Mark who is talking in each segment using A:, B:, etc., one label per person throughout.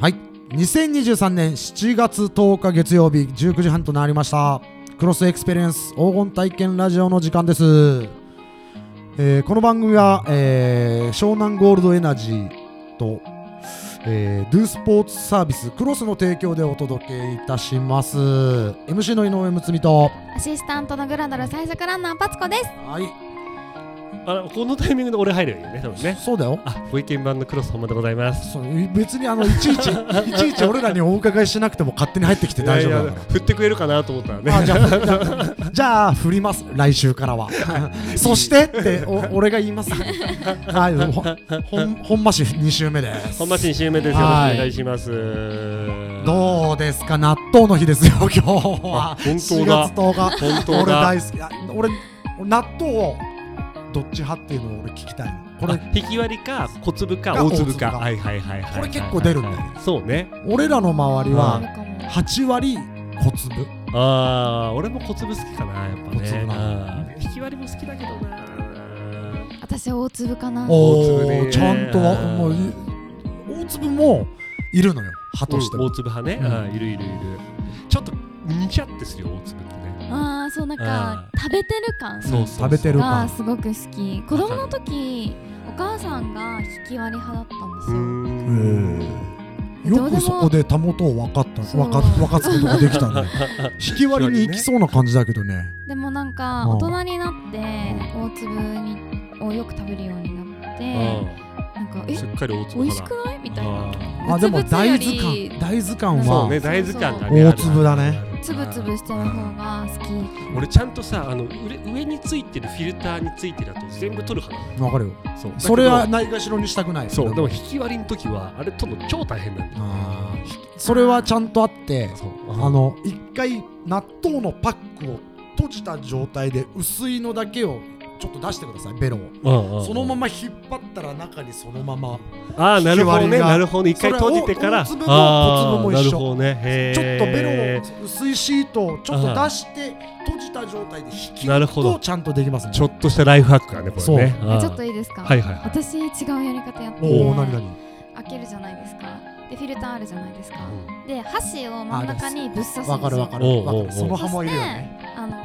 A: はい2023年7月10日月曜日19時半となりましたクロスエクスペリエンス黄金体験ラジオの時間です、えーこの番組は、えー湘南ゴールドエナジーと、えードゥスポーツサービスクロスの提供でお届けいたします MC の井上睦美と
B: アシスタントのグラドル最速ランナーパツコです。
A: はい
C: あこのタイミングで俺入るよね、多分ね。
A: そうだよ
C: あ、ご意見番のクロス本間でございます。
A: そう別にあのいちい ちいちいち俺らにお伺いしなくても勝手に入ってきて大丈夫
C: いや
A: だ
C: い
A: か
C: や
A: ら
C: 振ってくれるかなと思ったら ね。
A: あじゃあじゃあ じゃあ振ります来週からは、そしてってお俺が言い ますはいほほん本間氏2週目です
C: 本町2週目です。よろしくお
A: はい
C: 願いします。う
A: どうですか納豆の日ですよ今日は
C: あ本当だ
A: 4月10日
C: 本当
A: 俺
C: だ。
A: 大好きあ俺俺納豆をどっち派っていうのを俺聞きたいのこ
C: あ
A: れ
C: 引き割りか小粒
A: か
C: か大
A: 大
C: 粒
A: 粒
C: か。
A: か
C: はいはいはいはい。
A: これ結構出るんだよね
C: そうね。
A: 俺らの周り
C: う
A: は
B: かも
A: 8割小粒
C: ああ、俺も小粒好きかなやっぱ
A: 小粒
C: ね
A: な。
C: うん引き割りも好きだけどな。
B: 私大粒かな。
A: お
C: 大粒
A: ー
C: ね
A: ちゃんとはもうい大粒もいるのよ派として
C: うん
A: も、
C: 大粒派ね。
A: うん
C: あーいるいるいる。ちょっとにちゃってするよ大粒ってね。
B: ああそうなんか
C: あ
B: 食べてる感
C: そうそうそ
A: 食
C: う
A: べてる
B: が
A: 感
B: すごく好き。子供の時お母さんが引き割り派だったんです
C: うー
B: よ。
A: よ
C: ん。
A: くそこでたもとを分かった
B: そう
A: 分か分かつことができた ね引き割りに行きそうな感じだけどね
B: でもなんか
A: うん
B: 大人になって大粒にをよく食べるようになってなんかえ
C: しっかり大粒
B: 美味し
C: 派
B: く
C: だ。
B: ないみたいな。
A: あでも
B: つぶつよ
A: 大豆
B: り
A: 感大豆感
B: そ
C: そう
A: は
C: ね、大豆感がね。
A: 大粒だね
B: つぶつぶしてる方が好き。
C: 俺ちゃんとさ、あの上上についてるフィルターについてるやつ全部取る派な
A: 分かるよ
C: の。そう。
A: それは
C: だけ
A: ないがしろにしたくない
C: ど。そう。でも
A: 俺
C: 引き割りの時はあれ取るの超大変なんだよ。
A: あーひそれはちゃんとあって
C: そう。
A: あの一回納豆のパックを閉じた状態で薄いのだけをちょっと出してくださいベロを
C: うんうん、
A: そのまま引っ張ったら中にそのまま
C: ああなるほど
A: 引き割
C: ね
A: りが
C: なるほど一回閉じてから
A: それを大粒も
C: あー
A: 小粒も一緒
C: なるほどねへー
A: ちょっとベロを薄いシートをちょっと出して閉じた状態で引き
C: な
A: 抜
C: る
A: く
C: ほ
A: と
C: ど
A: ちゃんとできますね
C: ちょっとしたライフハックだねこれねあー
B: ちょっといいですか。
C: はいはいはい
B: 私違うやり方やってて
A: おお何何
B: 開けるじゃないですか。でフィルターあるじゃないですか。で箸を真ん中にぶっ刺すんですよ。
A: わかるわか
C: お
A: る
C: う
A: わ
C: おう
A: か
C: お
A: る
C: う
A: その歯もいるよね
B: あの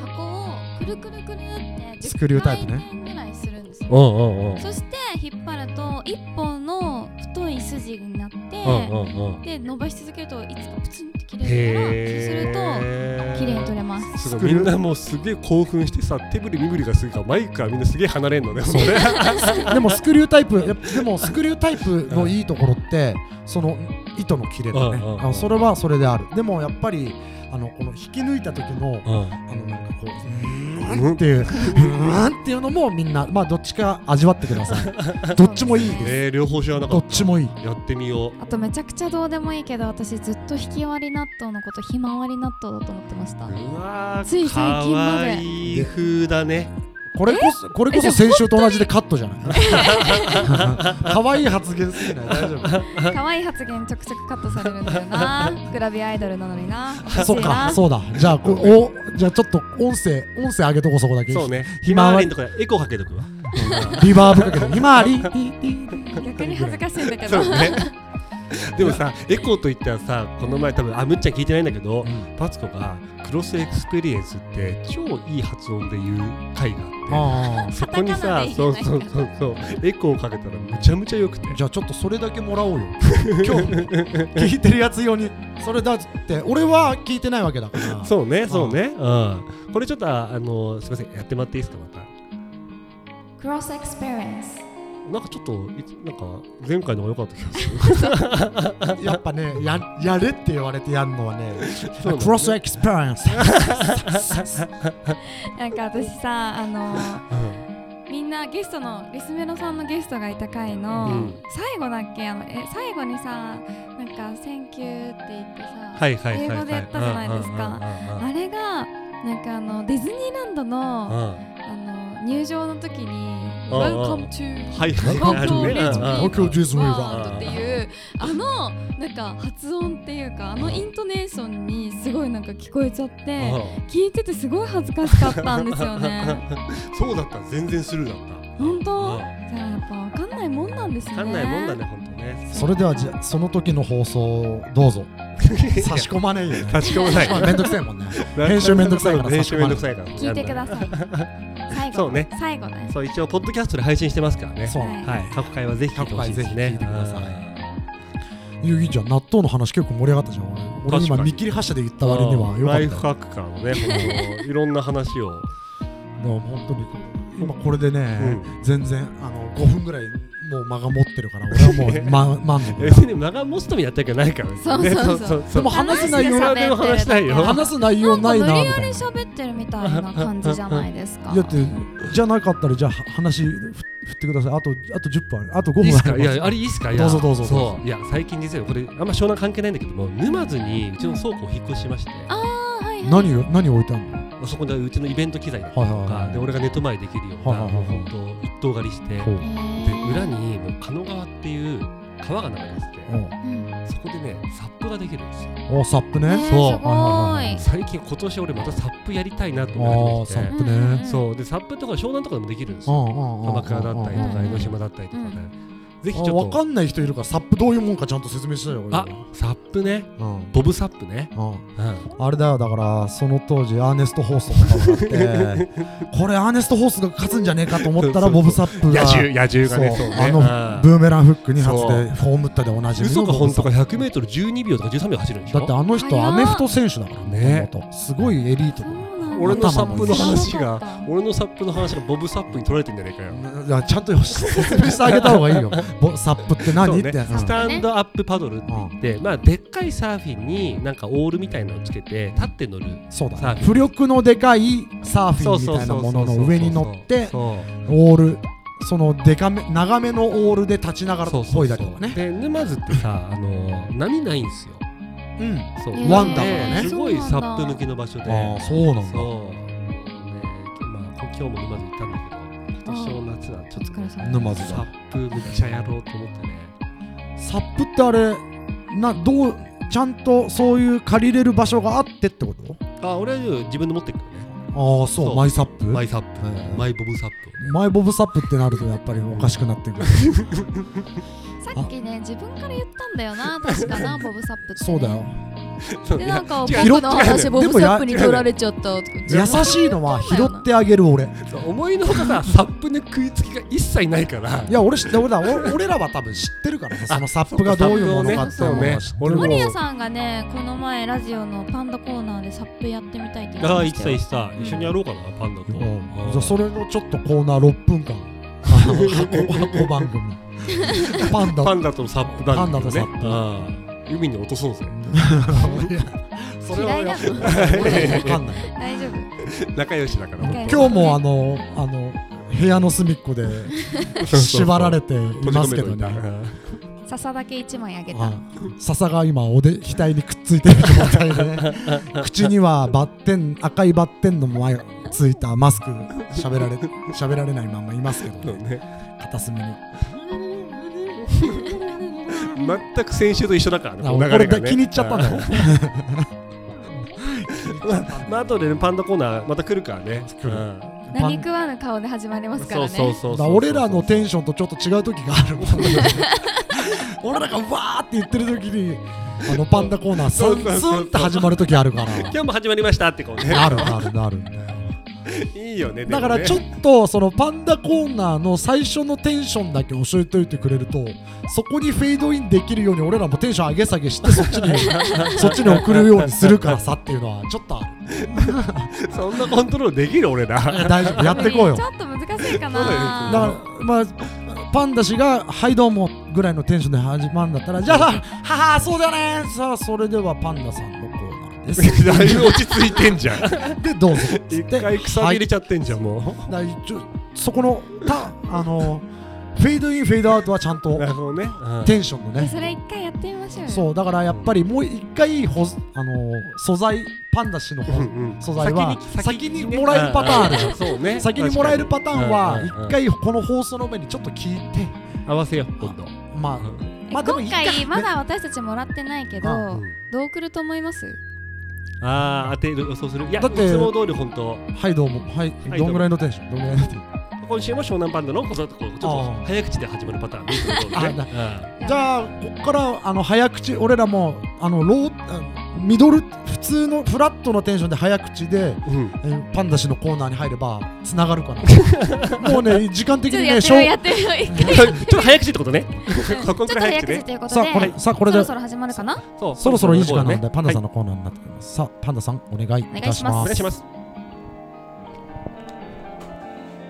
B: 箱をくるくるくるって
A: スクリュータイプね
B: 10回転ぐらいするんです
C: う
B: よ。
C: んうんうん
B: そして引っ張ると一本の太い筋になって、
C: うんうんうん
B: で伸ばし続けるといつかプツンって切れるから
C: へ
B: そうする
C: え
B: と綺麗に取れます。
C: す
A: 作
C: ごい
A: る
C: みんなもうすげえ興奮してさ手振り身振りがするからマイクからみんなすげえ離れんのねもうね
A: でもスクリュータイプ やっぱでもスクリュータイプのいいところってその糸の切れだね
C: うんうんうん
A: あのそれはそれであるでもやっぱりあのこの引き抜いた時の あのなんかこううーんっていううーんっていうのもみんなまあどっちか味わってくださ いどっちもいいです
C: えー、両方知らなか
A: ど
C: っ
A: っちもいい
C: たやってみよう
B: あとめちゃくちゃどうでもいいけど私ずっと引き割り納豆のことひまわり納豆だと思ってました。
C: うわ
B: つい
C: ー
B: 最
C: か
B: 近まで
C: わいい風だね
A: これこそこれこそ先週と同じでカットじゃない可愛い発言すぎない大丈夫
B: 可愛い発言ちょくちょくカットされるんだよな。グラビアアイドルなのにな。
A: そうか
B: 恥ず
A: そうだじゃあこおじゃあちょっと音声音声上げとこそこだけ
C: そうね
A: ひ
C: ひ
A: ま
C: ま
A: わ
C: わ
A: り
C: りのとこでエコーかけとくわ
A: リバーブかけてひまわりリリ リ
B: いな逆に恥ずかしいんだけ
C: そ
B: ど。
C: うね でもさエコーといったらさこの前多分あむっちゃん聞いてないんだけど、
A: うん
C: パツコがクロスエクスペリエンスって超いい発音で言う回があっ
A: あ
C: てそこに
B: カタカナ
C: さ
B: で言
C: そ
B: え
C: う
B: ない
C: そうそうそうエコーかけたらむちゃむちゃよくて
A: あじゃあちょっとそれだけもらおうよ今日聞いてるやつ用にそれだって俺は聞いてないわけだから
C: そうねそうねうんこれちょっとああのすみませんやってもらっていいですかまた
B: クロスエクスペリエンス。
C: なんかちょっといつなんか前回の方が良かった気がする
A: やっぱねややれって言われてやるのはね
C: そ うなんだ
A: クロスエクスペリエンス
B: なんか私さ、あの
C: うん
B: みんなゲストのリスメロさんのゲストがいた回の、
C: うん
B: 最後だっけあのえ最後にさなんか「センキュー」って言ってさ、
C: はいはいはいはい
B: 英語でやったじゃないですかあれがなんかあのディズニーランド
C: うん
B: の、
C: うんうんうんうん
B: あの入場の時に「
C: うんうん
B: Welcome to
C: はいはいはいあるね
B: 東京ディズニー
C: うんうんうん
B: ワールド」っていういうあのなんか発音っていうかあのイントネーションにすごいなんか聞こえちゃって聞いててすごい恥ずかしかったんですよね
C: そうだった全然スルーだった
B: 本
C: う
B: 当
C: ん
B: じゃあやっぱわかんないもんなんですね
C: わかんないもんだね本当ね
A: それではじゃあその時の放送をどうぞ差し込まねえよ、ね、
C: 差し込まない
A: まあめんどくせえもんね編集めんどくさいから
C: 編集めんどくさいから
B: 聞いてください最後
C: そうね
B: 最後ね
C: そう一応ポッドキャストで配信してますからね
A: そう
B: はい
C: はい過去回はぜひ聞いてほしいで
A: 過去回ぜひ
C: すね
A: 聞いてくださいやいいじゃん納豆の話結構盛り上がったじゃん俺俺
C: 確か
A: 今
C: に
A: 見切り発車で言った割にはよか
C: ライ
A: っ
C: フ
A: たよ
C: ハックからのね このいろんな話を
A: でも本当に今これでね、
C: う
A: 全然あの5分ぐらいもう間が持ってるから俺はもう、ま、満足
C: 別に間が持つとみやったわけじゃないからね
B: そうそうそう
C: ねそ
A: でも話す内容
B: 話して喋ってる
C: 俺の話しない
B: な
C: よ
B: んか
A: 話す内容ないな
B: 無理
A: み
B: や
A: た
B: り
A: いな
B: 喋ってるみたいな感じじゃないですか
A: だってじゃなかったらじゃあ話ふ振ってくださいあとあと10分あるあと5分
C: いいっす
A: あ
C: か
A: り
C: い
A: ます
C: やあれいいっすかいや
A: どうぞどうぞ
C: そういや最近実はこれあんま湘南関係ないんだけども沼津にうちの倉庫を引っ越しまして
B: ああはいはい
A: 何が何置いてあるの
C: そこでうちのイベント機材だった
A: はい
C: り
A: は
C: と
A: いはい
C: かで俺がネット前できるような
A: はいはいはいはい
C: 本当一頭狩りしてで
A: ほう
B: へー
C: 裏にもう狩野川っていう川が流れて
A: おう
B: うん
C: てそこでねサップができるんですよ
A: おサップ
B: ね
A: ね
B: す
C: そう
B: ごい
C: 最近今年俺またサップやりたいなと
A: あ
C: 思
A: ー
C: って
A: サ
C: きて
A: ップね、
B: うん
C: そうでサップとか湘南とかでもできるんですよ鎌
A: 鎌
C: 倉だったりと
B: う
C: か
B: ん
C: 江ノ島だったりとかで
B: う
C: ぜひち
A: あ
C: ょ
A: わ
C: っ
A: か
C: と
A: んない人いるからサップどういうもんかちゃんと説明したよ
C: あサップね
A: うん
C: ボブサップね
A: うん
C: うん
A: あれだよだからその当時アーネスト・ホーストとかがあ ってこれアーネスト・ホーストが勝つんじゃねえかと思ったら
C: そうそ
A: ボ
C: う
A: ブ・サップが
C: 野獣野獣がね
A: そ
C: そううね
A: あの
C: うん
A: ブーメランフック2発
C: そう
A: でフォームったでおなじみの
C: 嘘か本当
A: ボ
C: か
A: ブサッ
C: 100m12 秒とか13秒走るんでし
A: プだって
C: ょ
A: あの人
B: 早っ
A: アメフト選手だから
C: ね
A: 元々すごいエリート
B: そ
A: だよ
B: うなんだ
C: 俺のサップの話
B: 頭もいい
C: が俺のサップの話がボブサップに取られてんじゃねえかよ
A: いやちゃんと説明してあげた方がいい よボサップって
C: そ
A: 何
C: う
A: っ
C: ね
A: てやつ
C: スタンドアップパドルって言って、まあ、でっかいサーフィンになんかオールみたいなのをつけて立って乗る
A: そうだ
C: サー
A: ね
C: フ
A: 浮
C: ィン
A: 力のでかいサーフィ
C: そう
A: ンみ
C: そう
A: たいな
C: そう
A: も
C: そ
A: の
C: う
A: の上に乗って
C: そう
A: オールそのでかめ長めのオールで立ちながら
C: そうそ
A: こ
C: う
A: いだ
C: そ
A: りとか
C: う
A: ね
C: で沼津ってさ、あのー波ないんですよ
A: うん
C: そう
B: へー
A: ワンダーだね
C: ですごいサップ向きの場所で
A: ああそうなんだ
C: そうねまあ今日も沼津行ったんだけど今年の夏はちょっと
B: お疲れ様
A: 沼津
C: サ
A: だ
C: ップめっちゃやろうと思ってね
A: サップってあれなどうちゃんとそういう借りれる場所があってってこと
C: あ俺は自分で持ってくからね
A: ああそう
C: そう
A: マイサップ
C: マ
A: マイ
C: イサップ、
A: うん
C: マイボブサップ
A: ボブサップってなるとやっぱりおかしくなってくる
B: さっきね自分から言ったんだよな確かなボブサップってね
A: そうだよ
C: そう
B: でなんか
C: いや
A: 違う
B: 僕
A: 違
B: の
A: う
B: 話ボブサップに
A: でもや
B: 取られちゃったとか
A: 優しいのは拾ってあげる俺
C: そう思いのほか さサップの食いつきが一切ないから
A: いや俺知って 俺だ俺俺らは多分知ってるからさそのサップがどういうものかっていうのは知ってる
C: そうねそうね俺
B: マ
C: も
B: リアさんがねこの前ラジオのパンダコーナーでサップやってみたいって言って
C: ああ
B: ま
C: 言っ
B: してた
C: た言
B: よ
C: ってた一緒にやろうかなパンダと
A: うん
C: うん
A: じゃあそれのちょっとコーナー6分間あの箱箱番組パンダ
C: パンダとサップだ
A: パンダとサップ
C: プ海に落とそう ぜ
A: いやそれは
B: 嫌い
A: やっ
B: な
A: ぱ
B: の
A: 俺わかんない
B: 大丈夫
C: 仲良しだから
B: 仲良し
A: 今日もあのあの部屋の隅っこで縛られていますけどね
B: 笹だけ一枚あげた
A: はい笹が今おで額にくっついてる状態でね口にはバッテン赤いバッテンの前ついたマスク喋られ喋られないまんまいますけどね、片隅に
C: 全く先週と一緒だからね
A: あ
C: この流れ
A: 俺
C: が
A: だ
C: ね
A: 気に入っちゃったんだよ
C: まあ後でねパンダコーナーまた来るからね
A: 来る
C: うん
A: パン
B: 何食わぬ顔で始まりますから
C: そう
B: ね
C: そうそう
A: だか
C: そ
A: ら
C: う
A: 俺らのテンションとちょっと違う時があるもん 俺らがわーって言ってる時にあのパンダコーナース
C: そうそう
A: ン
C: そうそう
A: スンって始まる時ある から
C: 今日も始まりましたってこうね
A: あるあるあるんだよ
C: いいよねでも
A: だか
C: ね
A: らちょっとそのパンダコーナーの最初のテンションだけ教えておいてくれるとそこにフェードインできるように俺らもテンション上げ下げしてそっち にそっちに送るようにするからさっていうのはちょっとある
C: そんなコントロールできる 俺ら
A: 大丈夫やってこうよ
B: ちょっと難しいかな
C: そうだよ
A: だからまあパンダ氏が「はいどうも」ぐらいのテンションで始まるんだったらじゃあ「ははそうだよね」さあそれではパンダさんのコーナー です
C: だいぶ落ち着いてんじゃん
A: でどうぞっつ
C: 一
A: って
C: 回草入れちゃってんじゃんもう
A: だからちょそこのたあのフェードインフェードアウトはちゃんと
C: なるほどねうん
A: テンションの
B: え
A: ね
B: それ一回やってみましょうよ
A: そうだからやっぱりもう一回ほあの素材パンダ氏のほ
C: うんうん
A: 素材は先にもらえるパターンあるじゃん
C: うんそうね
A: 先にもらえるパターンは
C: うんうんうん
A: 一回この放送の目にちょっと聞いて
C: 合わせよう今度
A: まあまあでもいい
B: 今
A: か
B: 回まだ私たちもらってないけ
A: あ
B: ど
C: うん
B: どう来ると思います
C: ああ当てる予想するいやい
A: だって
C: つも通り本当
A: はいどうもはい
C: はい
A: どんぐらいのテンションどんぐらいのテンション
C: 今週も湘南パンダのことこうちょっと
A: あー
C: 早口で始まるパターンねいつも通りね
A: あな
C: うん
A: じゃあこっからあの早口俺らもあのローあミドル普通のフラットのテンションで早口で
C: うん
A: えーパンダ氏のコーナーに入ればつながるか なもうね時間的
B: ちょっと
A: にね
B: やってみようやってみよう一回
C: ちょっと早口ってこ とね。
B: ちょっと早口ということ
A: さあこれ
B: で
A: さあこ
B: そ
A: れで
B: ろそろ始まるかな
C: そ
A: そろそろいい時間なの
C: そ
A: で
C: ろ
A: パンダさんの
C: はい
A: コーナーになってきますさあパンダさんお願いいたし
C: お
A: ま
C: 願い
A: す
C: します。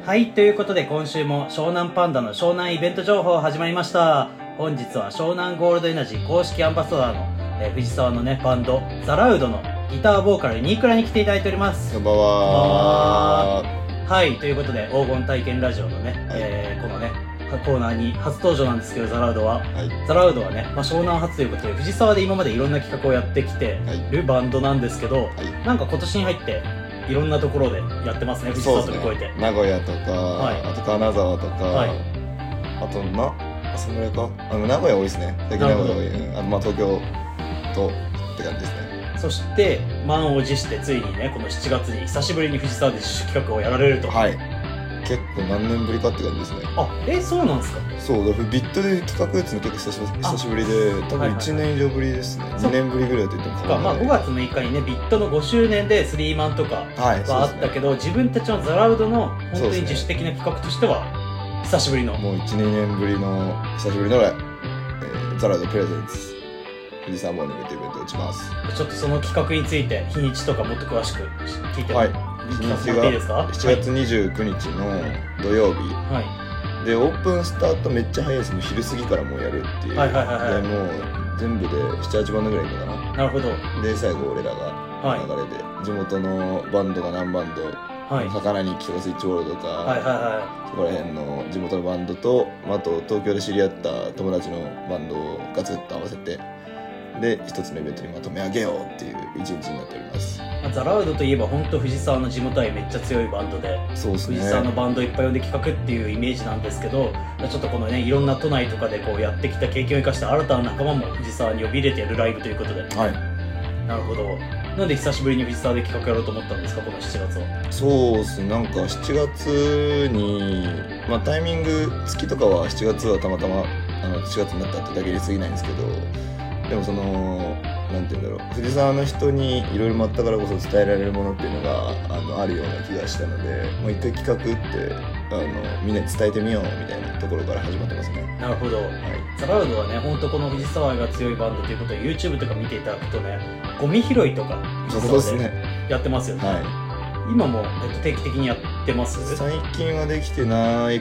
D: はい、ということで今週も湘南パンダの湘南イベント情報始まりました。本日は湘南ゴールドエナジー公式アンバサダーの、えー藤沢のね、バンド、ザラウドのギターボーカル、ニークラに来ていただいております
E: こん。ばんは。
D: はい、ということで黄金体験ラジオのね、えーこのね、コーナーに初登場なんですけど、ザラウドは。
E: はい。
D: ザラウドはね、まあ、湘南発ということで、藤沢で今までいろんな企画をやってきて
E: はい
D: るバンドなんですけど、
E: い
D: なんか今年に入って、いろんなところでやってますね、藤
E: そう
D: 沢
E: で
D: と
E: す
D: 聞こえて。
E: ね。名古屋とか、
D: い
E: あと金沢とか、
D: はい
E: あとな、あそのぐらいか。あの名古屋多いですね。最近名古屋多い。うんあのまあ東京とって感じですね。
D: そして満を持してついにねこの7月に久しぶりに藤沢で自主企画をやられると、
E: はい。結構何年ぶりかって感じですね。
D: あえそうなんですか
E: そう、だからビットで企画打つの結構久しぶり
D: あ
E: 久しぶりで、多
D: はいはい
E: 分1年以上ぶりですね。
D: そう
E: 2年ぶりぐらいだと言っても
D: ま
E: 過
D: あ5
E: 言では
D: 月6日にねビットの5周年でスリーマンとか
E: ない。はい。
D: はあ
E: そう
D: っ
E: で
D: た
E: すね
D: けど、自分たちのザラウドの本当
E: そう
D: に
E: ですね
D: 自主的な企画としては久しぶりの、
E: もう1、2年ぶりの、久しぶりの、えーザラドプレゼンツ。富士山モーニングというイベントを打ちます。
D: ちょっとその企画について日にちとかもっと詳しく聞いても
E: はい
D: 聞かせてもらっていいですか
E: 7月29日の土曜日、
D: はい、
E: でオープンスタートめっちゃ早いですもう昼過ぎからもうやるっていう、
D: はいはいはいはい
E: でもう全部で78番ぐらいいるのか
D: はい、なるほど
E: なで最後俺らが
D: は
E: 流れで、地元のバンドが何バンド、
D: いはい
E: 魚にキコスイッチボールとか、
D: はいはいは
E: そこら辺の地元のバンドとまああと東京で知り合った友達のバンドをガツッと合わせてで一つのイベントにまとめ上げようっていう一日になっております
D: いまあザラウドといえば本当藤沢の地元愛めっちゃ強いバンドで
E: そうですね
D: 藤沢のバンドいっぱい呼んで企画っていうイメージなんですけどちょっとこのねいろんな都内とかでこうやってきた経験を生かして新たな仲間も藤沢に呼び入れてやるライブということで
E: はい
D: なるほどなんで久しぶりに藤沢で企画やろうと思ったんですかこの7月は
E: そうっすねなんか7月に、まあ、タイミング月とかは7月はたまたまあの7月になったってだけで過ぎないんですけどでもそのなんて言うんだろう藤沢の人にいろいろ待ったからこそ伝えられるものっていうのがあのあるような気がしたのでもう一回企画ってあのみんなに伝えてみようみたいなところから始まってますね。
D: なるほど
E: はい
D: ザラウドはね本当この藤沢愛が強いバンドということで YouTube とか見ていただくとねゴミ拾いとか
E: そうで
D: 藤
E: す
D: 沢で
E: ね、
D: やってますよね
E: は
D: 今も、えっと、定期的にやってます
E: い、最近はできてない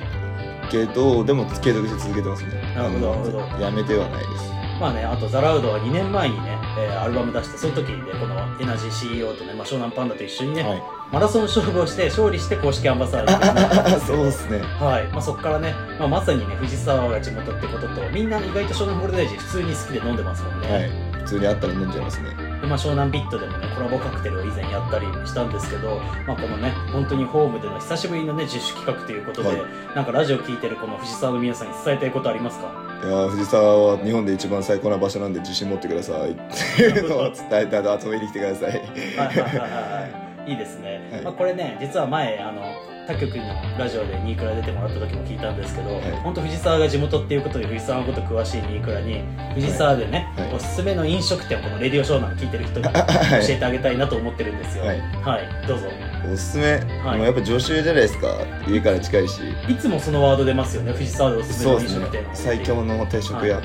E: けどでも継続して続けてますね
D: なるほどなるほど
E: あのやめてはないです
D: まあね、あとザ・ラウドは2年前にね、えーアルバム出してその時にねこのエナジー CEO とね、まあ、湘南パンダと一緒にね、
E: はい
D: マラソン勝負をして勝利して公式アンバサダーになったんですけ
E: そ
D: ど
E: うですね。
D: はいまあ、そこからね、まあ、まさにね藤沢が地元ってこととみんな意外と湘南ゴールデンエイジ普通に好きで飲んでますもんね、
E: はい。普通にあったら飲んじゃいますね。
D: でまあ、湘南ビットでもねコラボカクテルを以前やったりしたんですけど、まあ、このね本当にホームでの久しぶりのね自主企画ということで、
E: はい
D: なんかラジオ聞いてるこの藤沢の皆さんに伝えたいことありますか
E: いやー藤沢は日本で一番最高な場所なんで自信持ってくださいっていう のを伝えてあと遊びに来てください。
D: はいはいはいはいいいですね、
E: はい
D: まあ、これね実は前あの他局のラジオでニークラ出てもらった時も聞いたんですけど、
E: い
D: 本当藤沢が地元っていうことで藤沢のこと詳しいニークラに藤沢でね、
E: はいはい
D: おすすめの飲食店をこのレディオショーなん聞いてる人に教
E: は
D: えてあげたいなと思ってるんですよは、
E: はいい
D: どうぞ
E: い。おすすめ。
D: い
E: もうやっぱ助手じゃないですか。家から近いし。
D: いつもそのワード出ますよね藤沢でおすすめの
E: そう
D: 飲
E: です
D: 食店
E: ね。最強の定食屋。
D: はい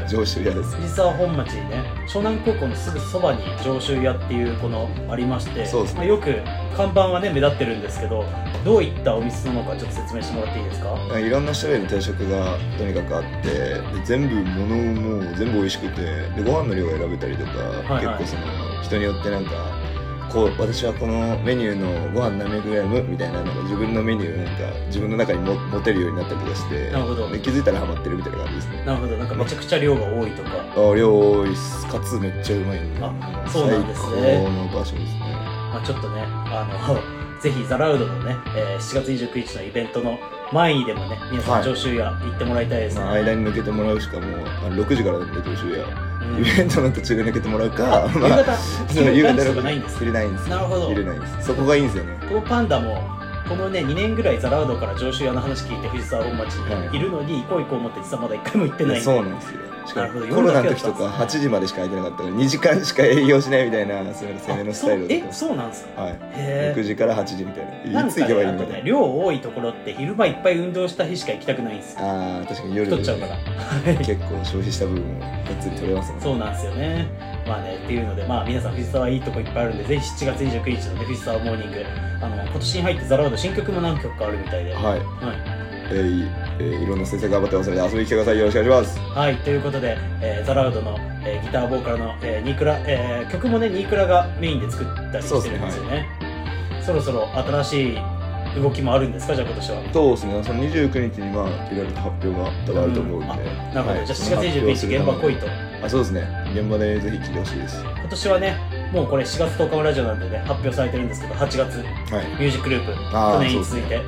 E: 上州屋です。
D: 藤沢本町にね湘南高校のすぐそばに上州屋っていうこのありまして、
E: そうですね
D: まあ、よく看板はね目立ってるんですけどどういったお店なのかちょっと説明してもらっていいですかはい
E: ろんな種類の定食がとにかくあってで全部物ももう全部美味しくてでご飯の量が選べたりとか、
D: いはい
E: 結構その人によってなんかこう私はこのメニューのご飯何 g みたいななんか自分のメニューなんか自分の中にも持てるようになったりとかして
D: なるほど
E: で気づいたらハマってるみたいな感じですね
D: なるほどなんかめちゃくちゃ量が多いとか、
E: あ量多いっすかつめっちゃうまいんで
D: あそうなんですね
E: 最高の場所ですね
D: まあ、ちょっとねあのぜひザラウドのね、えー7月29日のイベントの前にでもね皆さ
E: は
D: ん
E: い
D: 常習屋行ってもらいたいですね、
E: まあ、間に抜けてもらうしかもうあの6時からだったら上や、
D: うん
E: イベントの途中で抜けてもら うか、
D: 夕
E: まあ、
D: 方
E: その夕方
D: ランチと
E: の
D: かないんです
E: 入れないんです
D: なるほど
E: 入れないんですそこがいいんですよね
D: このパンダもこのね2年ぐらいザラウドから上州屋の話聞いて藤沢本町にいるのに行こう行こう思って実はまだ一回も行ってない
E: そうなんですよし
D: な
E: か
D: るほど
E: もコロナの時
D: 夜だ
E: と
D: けだ
E: か
D: ったん
E: 8
D: ですね
E: 時までしか空いてなかったから2時間しか営業しないみたいなそういう攻めのスタイルだっ
D: あ
E: たんです
D: そうえそうなんですか
E: はい
D: へ
E: 6
D: え
E: 時から8時みたい
D: な
E: なんい
D: か
E: つ行けばいい
D: ねあ
E: み
D: と
E: た
D: ね
E: いな
D: 量多いところって昼間いっぱい運動した日しか行きたくないんですよ
E: ああ確かに夜
D: 太っちゃうから
E: 結構消費した部分をがっつり取れますもんね
D: そうなんですよね。まあね、っていうので、まあ皆さん、藤沢いいとこいっぱいあるんで、ぜひ7月29日のね、藤沢モーニング、あの、今年に入ってザラウド新曲も何曲かあるみたいで。は
E: はい
D: い。
E: えーえーいろんな先生頑張ってますので遊びに来てくださいよろしくお願いします
D: はい、ということで、えーザラウドの、えーギターボーカルの、えーニークラ、えー曲もね、ニークラがメインで作ったりしてるんですよね。そろそろ新しい動きもあるんですか、じゃあ今年は。
E: そうですねその29日にまあいろいろと発表が多分あると思うんで、
D: うんあなるほど、
E: はい
D: じゃあ
E: その
D: 7
E: 発
D: 月
E: 表をす
D: 29
E: る
D: 日現
E: ため
D: 場
E: に
D: 来いと。
E: あそうですね現場でぜひ来てほしいですは
D: 今年はね、もうこれ4月10日のラジオなんでね、発表されてるんですけど、8月、
E: い
D: ミュージックループ、
E: あ
D: 去
E: あ
D: 年
E: そう
D: に続
E: ですね
D: いて。
E: は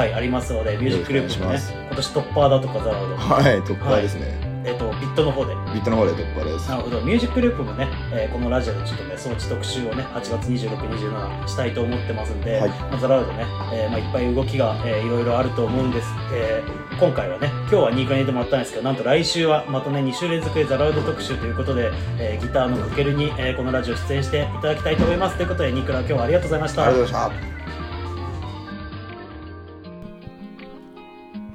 D: はい、ありますので、ミュージックループも
E: よ
D: ね
E: ろしくお、
D: 今年トッパーだとか、ザラード、
E: いはい突破ですね、
D: えっと、ビットの方で、
E: ビットの方で突破です
D: なるほど、ミュージックループもね、えーこのラジオでちょっとね、装置特集をね、8月26、27したいと思ってますんで、
E: はい
D: まあ、ザラードね、えーまあ、いっぱい動きが、えーいろいろあると思うんです、えー今回はね、今日は2回出てもらったんですけど、なんと来週はまたね、2週連続でザラード特集ということで、えーギターのかけるに、えーこのラジオ出演していただきたいと思います。ということで、ニクラ、今日はありがとうございまし
E: あ
D: た
E: りがとう。ございました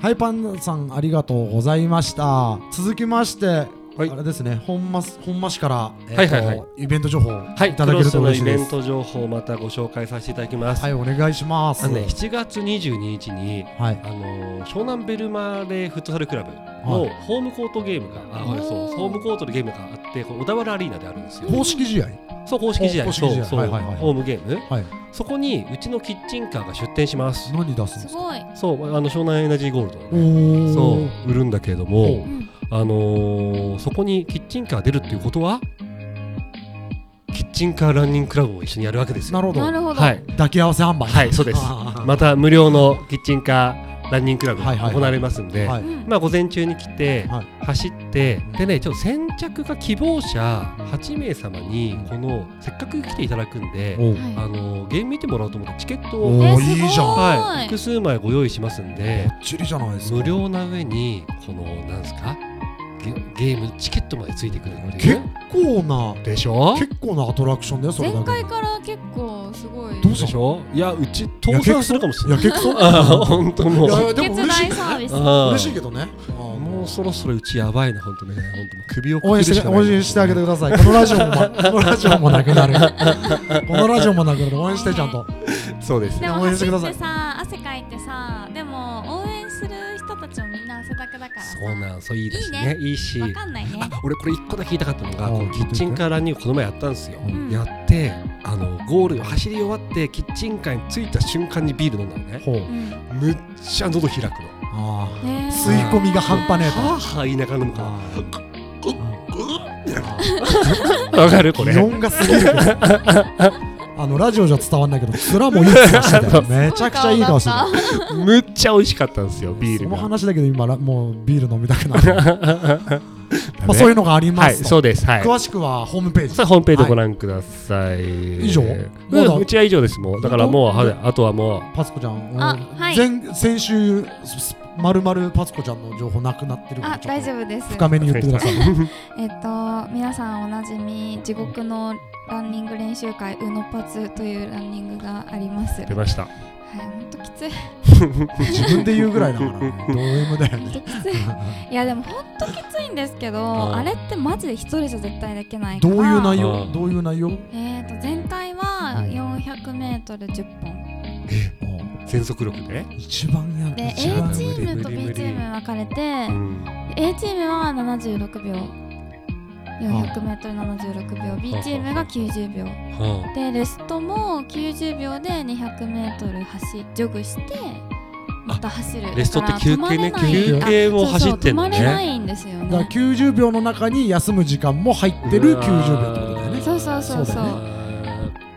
A: はいパンダさんありがとうございました続きまして、
C: はい
A: あれですね本間本間市から、えーと
C: はいはいはい
A: イベント情報
C: はい、
A: いた
C: た
A: だ
C: だ
A: け
C: け
A: ると
C: るとの
A: 嬉し
C: イ
A: いで
C: ベ
A: す
C: ント情報をまたご紹介させていただきます。
A: はいお願いします
C: あのね、7月22日に、
A: はい
C: あのー湘南ベルマーレフットサルクラブ
A: は
C: の
A: い
C: ホームコートゲームが、あ
B: おー
C: そうホームコートのゲームがあってこう小田原アリーナであるんですよ。
A: 公式試合
C: そう公式試合
A: 公式試合
C: そう
A: は
C: そう、
A: いはいはい
C: ホームゲーム、
A: はい
C: そこにうちのキッチンカーが出店します。
A: 何出すんですすか
B: ごい。
C: そうあの湘南エナジーゴールド、
A: おー
C: そう売るんだけれども
B: う、ん。
C: あのーそこにキッチンカー出るっていうことはキッチンカーランニングクラブも一緒にやるわけですよ。
A: なるほど
B: なるほど。
C: はい。
A: 抱き合わせ販売
C: はいそうです
A: あー
C: また無料のキッチンカーランニングクラブ
A: はいはいはい
C: 行われますんで、
A: はい
B: うん。
C: まあ午前中に来て、
A: はい
C: 走ってでねちょっと先着が希望者8名様にこのせっかく来ていただくんで、
A: お
B: はい
C: あのゲーム見てもらおうと思ってチケット
A: お
C: を、
A: ー
B: えすご
A: いいじゃん
C: はい、
B: はい
C: 複。数枚ご用意しますんで
A: チリじゃないですか
C: 無料な上にこのなんですかゲゲームチケットまでついてくるってい
A: 結
C: う
A: 構な
C: でしょ
A: 結構なアトラクションだよそれだ
B: 前
A: けで
B: 回から結構すごい。
A: どう
C: で
A: し
C: したょいやうち倒産するかもしれない
A: やけくそ
C: あー本当もう
A: いやいやでも
B: 決
A: 嬉しい
B: 大サービス。
C: あー
A: 嬉しいけどねあー
C: もうそろそろうちやばいな、本当ね、本当もう首を
A: 応援して応援してあげてください。このラジオも、このラジオもなくなる。このラジオもなくなる。応援してちゃんと。
C: そうで
A: ね
C: すね。
B: でも
A: 応援してく
B: 走
A: だ
B: っ
A: さい
B: てさ、汗かいてさ、でも応援する人たちもみんな汗だくだからさ。
C: そうなん、そういいです
B: い
C: ね、いいし。
B: わかんないね。
C: あ俺これ一個だけ言いたかったのが、
A: うん
C: このキッチンカーランニングこの前やったんですよ。
B: ん
C: やって、あのゴールを走り終わってキッチンカーに着いた瞬間にビール飲んだのね。
A: ほう。
B: うん。
C: むっちゃ喉開くの。
A: ああ。
B: ねえ
A: 吸い込みが半端ねえと
C: はあはあ言いながら飲むか
A: あ
C: ら。わかるこ
A: ー
C: れ。
A: 気温がす ぎる。あのラジオじゃ伝わんないけど、面もいい顔 してたよ。めちゃくちゃいい顔してた。
C: むっちゃ美味しかったんですよ、ビー
A: そ
C: ル
A: の
C: が。
A: 話だけど今らもうビール飲みたくなる。まあそういうのがありま
C: はい、
A: す
C: そ
A: と。
C: うです。はい。
A: 詳しくはホームページ
C: さ。あホームページご覧ください。以
A: 上まだ
C: うちは以上ですもう。だからもう
A: 本当
C: はあとはもう
A: パツコちゃん、
B: あ
A: うん
B: はい
A: 前先週まるまるパツコちゃんの情報なくなってるから
B: あ、
A: ちょっ
B: 大
A: と
B: 丈夫です。
A: 深めに言ってください。
B: えっと皆さんおなじみ地獄のランニング練習会うのぱつというランニングがあります。はい、
C: 出ました。
B: 本当きつい、
A: 自分で言うぐらいだからね、ド M だよ
B: 本当
A: ね。
B: き つい。いやでも本当きついんですけど、
C: うん
B: あれってマジで一人じゃ絶対できないか
A: ど
B: ら。
A: ういう内
C: あ
A: 容
C: ー
A: どういう内容
B: えっ、と全体は400メートル10本。
C: 全速力で。
A: 一番や
B: で A チ
A: 一番
C: 無理
B: ームと
C: 無理
B: B
C: 無理
B: チーム分かれて
C: う、ん
B: A チームは76秒。400メートル76秒、B チームが90秒。
C: は
B: でレストも90秒で 200m 走ジョグしてまた走る
C: レストって休憩ね
B: だから止まれない
A: 休
C: 憩も走ってんのね
B: あそうそう止まれないんですよ
A: だから
B: ね
A: 90秒の中に休む時間も入ってる90秒ってことだよね。
B: そうそうそう
A: そ
B: そう
A: うだよ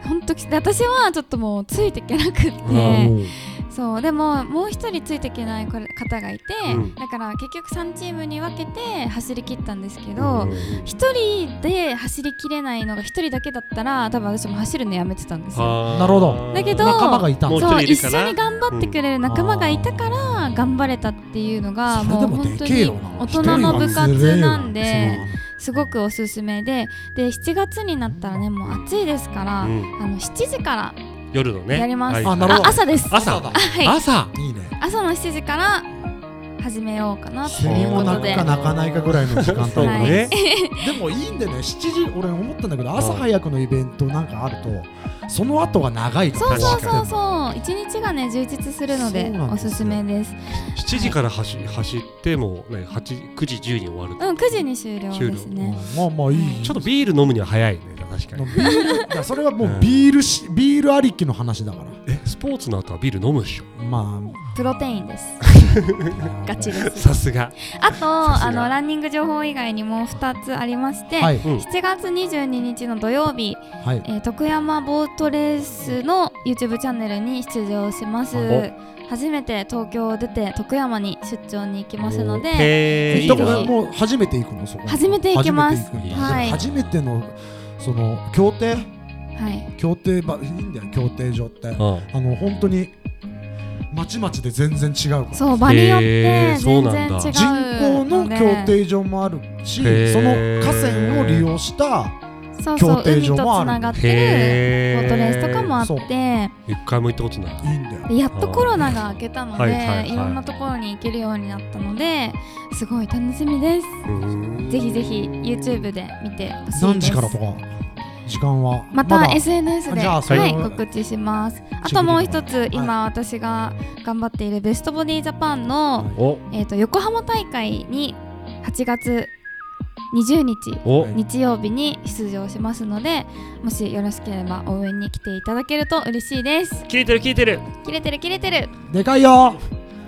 B: 本当時で私はちょっともうついていけなくって
C: うん
B: そうでももう一人ついていけない方がいて、
C: うん
B: だから結局3チームに分けて走り切ったんですけ
C: う
B: ど
C: ん
B: 一、人で走りきれないのが一人だけだったら多分私も走るのやめてたんですよ。
C: あー
A: なるほど
B: だけど
A: 仲間がいたん
C: もう
A: だ
C: 一
B: そ
C: 人
B: う
C: い
B: 一
C: るかな
B: 緒に頑張ってくれる仲間がいたから頑張れたっていうのが
A: それ
B: も
A: で
B: う
A: も
B: 本
A: で
B: 当
A: けえ
B: に
A: よな
B: 大人の部活なん
A: 一人はずるい
B: で
A: よ
B: すごくおすすめでで7月になったらねもう暑いですから、
C: うん
B: あの7時から
C: 夜のね
B: やります
C: はい
A: あなるほど
B: あ朝です
A: そ
C: あ
A: う
C: 朝
A: だ
B: はい
C: 朝
A: いいね
B: 朝の7時から始めようかなと
A: セ
B: い
A: ミ
B: う
A: も
B: こと
A: 泣
B: で
A: くか泣かないかぐらいの時間帯
C: そう
A: だね
C: ね
A: でもいいんでね7時俺思ったんだけど朝早くのイベントなんかあるとその後が長い
B: そうそうそう
A: う
B: そう一日がね充実するので
A: そうなん
B: お
A: ですよ
B: すすめです
C: 7時から走走ってもね8 9時10時に終わる
B: うん9時に終了ですね
A: まあまあいい
B: うん
C: ちょっとビール飲むには早いね確か
A: ビ
C: に
A: ールいやそれはもうビールしビールありきの話だから
C: えスポーツの後はビール飲むでしょ
A: ま
B: プロテインです
A: あ
B: ガチです
C: さすが
B: あと
C: さすが
B: あのランニング情報以外にも2つありまして、
A: はい
C: うん
B: 7月22日の土曜日、
A: はい
B: えー徳山ボートレースの YouTube チャンネルに出場します
C: お
B: 初めて東京を出て徳山に出張に行きますので
C: へーいい
A: どこ
B: ぜ
A: で
B: ひ
C: な
A: もう初めて行くのそこ
B: 初めて行きま
A: 初
B: す
A: めて行くんだ
B: はい
A: 初めてのその協定
B: はい
A: 協定ばいいんだよ協定所って
C: うん
A: あの本当にまちまちで全然違うから
B: そう場によって
C: へーそ
B: 全
C: うな
B: 然違う
C: んだ
B: ので
A: 人口の協定所もあるし
C: へー
A: その河川を利用した
B: そうそう
A: 協定
B: 海
A: 所
B: とつ
A: もある
B: ながってるボ
C: へ
B: ートレースとかもあっ
A: そう
B: て
C: 一回も行ったことない
A: いいんだよ
B: でやっとコロナが明けたので、
C: はい
B: い
C: はいはい
B: ろんなところに行けるようになったのですごい楽しみです、ぜひぜひ YouTube で見てほしいです
A: 何時からとか時間は
B: また SNS で、
A: じゃあそれ
B: はい、
A: を
B: 告知しますあ
A: チェックできる
B: ともう
A: か
B: 一
A: な
B: つ今私が頑張っているベストボディジャパンの、
C: お
B: えー、と横浜大会に8月20日
C: お
B: 日曜日に出場しますのでもしよろしければ応援に来ていただけると嬉しいです
C: 切れてる切れてる
B: 切れてる切れてる
A: でかいよ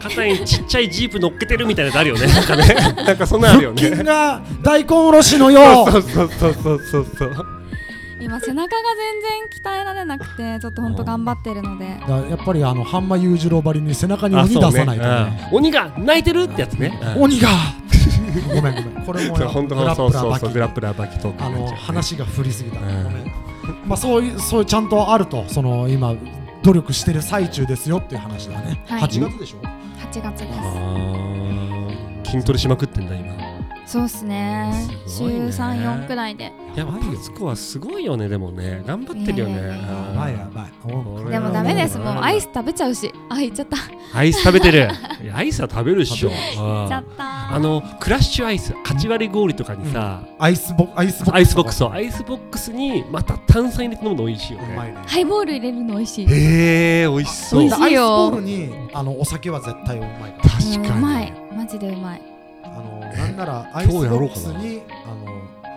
C: 肩にちっちゃいジープ乗っけてるみたいなのあるよね なんかねなんかそんなのあるよ
A: 腹筋
C: ね
A: が大根おろしのよ
C: そうそうそうそうそうそう
B: 今背中が全然鍛えられなくてちょっとほんと頑張ってるので
A: だからやっぱりあの半間裕次郎ばりに背中に鬼出さないとね
C: あそうねうん鬼が泣いてるってやつねうん
A: 鬼が ごめんごめんこれも
C: そう
A: や
C: 本当
A: グラ
C: そうそう
A: バ
C: そ
A: キ
C: うグラップラーバキトーク
A: あ
C: にな
A: の
C: っちゃうね
A: 話が振りすぎた、
C: うん
A: ごめんまあそういうそういうちゃんとあるとその今努力してる最中ですよっていう話だね、
B: はい
A: 8月でしょ
B: 8月で
C: あー筋トレしまくってんだ今
B: すそうっすね
C: す
B: 週
C: ごいね
B: 34くらいで
C: やばいよ。スコはすごいよねでもね頑張ってるよね
B: いやいやいやいや
A: やばいやばいお
C: これ
B: で
C: は
B: もダメです
C: ね
B: もうアイス食べちゃうしあいっちゃったいっ
C: アイス食べてるいやアイスは食べるっしょあ
B: ちゃっ
C: ー
B: た
C: あのクラッシュアイス8割氷とかにさ
A: アイスボアイスボックス
C: アイスボックスをアイスボックスにまた炭酸入れて飲むの美味しいよ
A: うま
C: ね
A: いね
B: ハイボール入れるの美味しい
C: へえ美味しそ
B: 美
C: う
B: 味しい
A: アイスボールにあのお酒は絶対うまいから
C: 確
B: うんうまいマジでうまい
A: あのなんな らアイスボックスにあの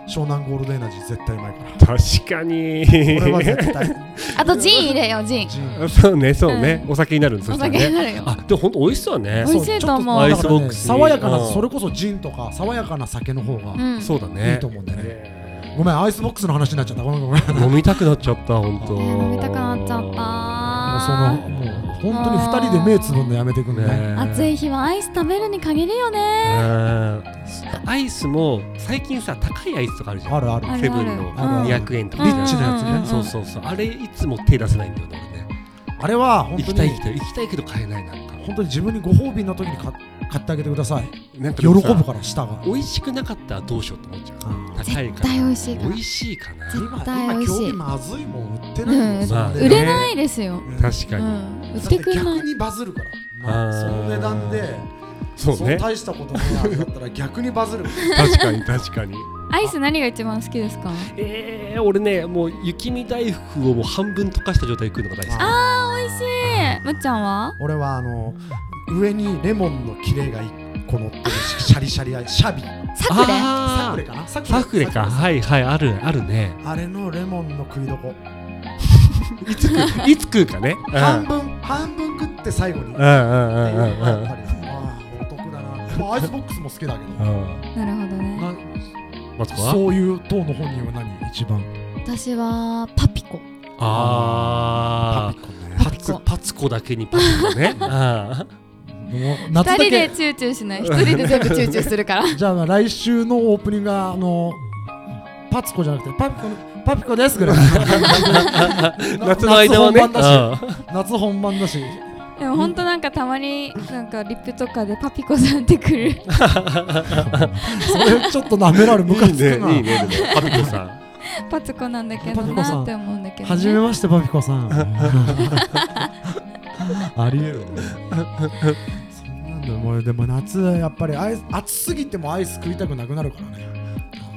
A: 湘南ゴールドエナジー絶対うまい から
C: 確かに
A: これは絶 対
B: あとジン入れよジン
A: ジン
C: そうねそうね、お酒になるんです
B: お
C: よ
B: 酒になるよ
C: あでも本当美味しそうだね
B: 美味しいと思う
A: そうちょっ
C: アイスボックスに
A: だからね爽やかな
C: うん
A: それこそジンとか爽やかな酒の方が
B: うん
C: そうだ
A: いい
C: ね
A: と思うんだよね
C: ね
A: ごめんアイスボックスの話になっちゃったごめんごめん
C: 飲みたくなっちゃった本当
B: ね飲みたくなっちゃった
A: そのもう本当に二人で目つぶんのやめてくんねね
B: 暑い日はアイス食べるに限るよね
C: アイスも最近さ高いアイスとかあるじゃん
A: あるある
B: ある
C: セブンの
A: あるある
C: 200円とか
A: リッチなやつ
B: うんうんうん
A: ね
B: うん
C: そうそうそうあれいつも手出せないんだよね俺ね
A: あれは本
C: 行き
A: 当
C: たい
A: に
C: 行きたい行きたいけど買えないなんか
A: 本当に自分にご褒美の時に買買ってあげてください
C: なんか
A: 喜
C: でも
A: ぶ
C: さ
A: から舌が
C: 美味しくなかったらどうしようと思っちゃう
A: うん
C: 高いか
B: 絶対美味しい
C: ら
B: から
C: 美味しいかな
B: 絶
A: 今
B: 対美
A: 今
B: 味しい
A: 競技まずいもん売ってないよ
B: うん
A: そんでね
B: 売れないですよ
A: うん
C: 確か
B: う
C: に、
B: ん売
A: だ
B: っ
A: ってて
B: くれない
A: 逆にバズるからまあ
C: あー
A: その値段で
C: そう
A: そ
C: ね
A: う大したことないやつだったら逆にバズる
C: 確かに確かに
B: アイス何が一番好きですか
C: えー、俺ねもう雪見大福をもう半分溶かした状態で食うのが大好き
B: あー美味しいむっちゃんは
A: 俺はあの上にレモンの切れが一個乗ってるシャリシャリアイシャビ
B: サクレ
A: サ
C: あ
A: クレ
C: ー
A: かなサク
C: サクレかはいはいあるあるね
A: あれのレモンの食いどこ
C: いつ食ういつ食うかねうん
A: 半分半分食って最後にっていううの
C: んうんう
A: が
C: んうんう
A: やっ
C: ん
A: ぱりあーお得だなまあアイスボックスも好きだけど
C: うん
B: なるほどね
A: な
C: マツコは
A: そういう党の本人は何一番
B: 私はパピコ
C: あ
A: パピコ
C: あ
A: ね
C: パツパツコだけにパツコ ねあ
A: もう夏
B: 二
A: だ
B: 人で
A: け
B: チューチューしない一人で全部チューチューするから
A: じゃあまあ来週のオープニングはあのパツコじゃなくてパピコのパピコですぐ らい
C: ー夏の間はね
A: 夏本番だ
C: うん
A: し夏本番だし
B: でも本当なんかたまになんかリップとかでパピコさんってく る
A: それ ちょっと舐められるムカ
C: いい
A: つくな
C: ねいいねでもパピコさん
B: パツコなんだけど
A: パツコさん
B: なって思うんだけど、
A: はじめ
B: ね、
A: ましてパピコさ んありえるねそうなんだよもうでも夏やっぱりアイス暑すぎてもアイス食いたくなくなるからね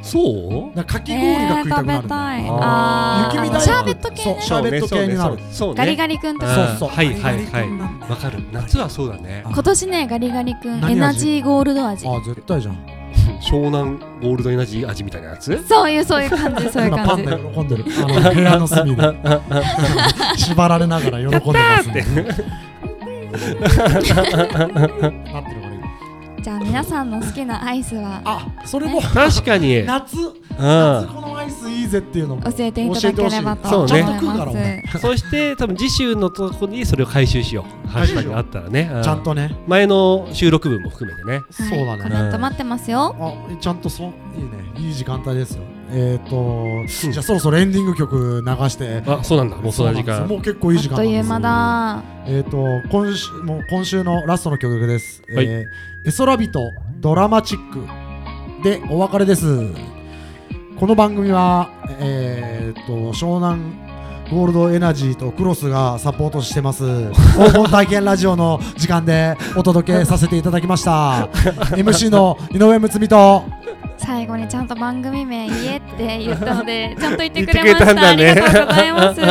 C: そう
A: だからかき氷が食いたくなる
B: えー食べ
A: んだよ、
B: たい
C: あ
A: ー
B: あ
A: 雪見
B: ー
A: 大
B: あ
A: 福
B: シャーベット系
A: そう
B: ね
A: シャーベット系になる
C: そうねそうね
B: ガリガリ君と
C: あ
B: か
A: そう
C: ー
A: そう
C: はいはい
A: ガ
C: は
A: リガリ君なんだ
C: いわかる夏はそうだね
A: あ
B: 今年ねガリガリ君
A: 何味
B: エナジーゴールド味
A: あ絶対じゃん
C: 湘南ゴールドエナジー味みたいなやつ
B: そういうそういう感 じそういう
A: 今パン
B: 感じ
A: ダ喜んでるあの部屋の隅で縛られながら喜んでますね なってるこれ
B: じゃあ皆さんの好きなアイスは
A: あそれも
C: 確かに
A: 夏
C: うん
A: 夏このアイスいいぜっていうのも
B: 教えていただければと
C: そう
B: 思
C: ね
B: います、
A: そうね
C: そして多分次週のとこにそれを回収しよう。ハッシュタグあったらね。う
A: ちゃんとね
C: 前の収録分も含めてね。
A: そう
B: はい
A: だね
B: コメント待ってますよ
A: あちゃんとそういいねいい時間帯ですよえっ、とじゃあそろそろエンディング曲流して
C: あ、そうなんだ。もうそんな時
A: うなんですよ
C: 間。
A: もう結構いい
B: あ
A: 時間
B: っという間だ
A: えっ、と今週もう今週のラストの曲です、
C: はい
A: えー、エソラビトドラマチックでお別れですこの番組はえっ、と湘南ゴールドエナジーとクロスがサポートしてます黄金体験ラジオの時間でお届けさせていただきました MC の井上睦美と
B: 最後にちゃんと番組名言えって言ったの でちゃんと言ってく
C: 言
B: れ
C: っ
B: ま
C: てくれ
B: し
C: たん
B: た
C: だね
B: ありがとうございます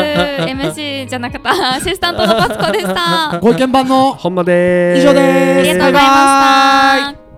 B: MC じゃなかったアシスタントのパツコでしたあ
A: ご意見番の
C: ほんまでー
A: 以上でーす
B: りがとうございました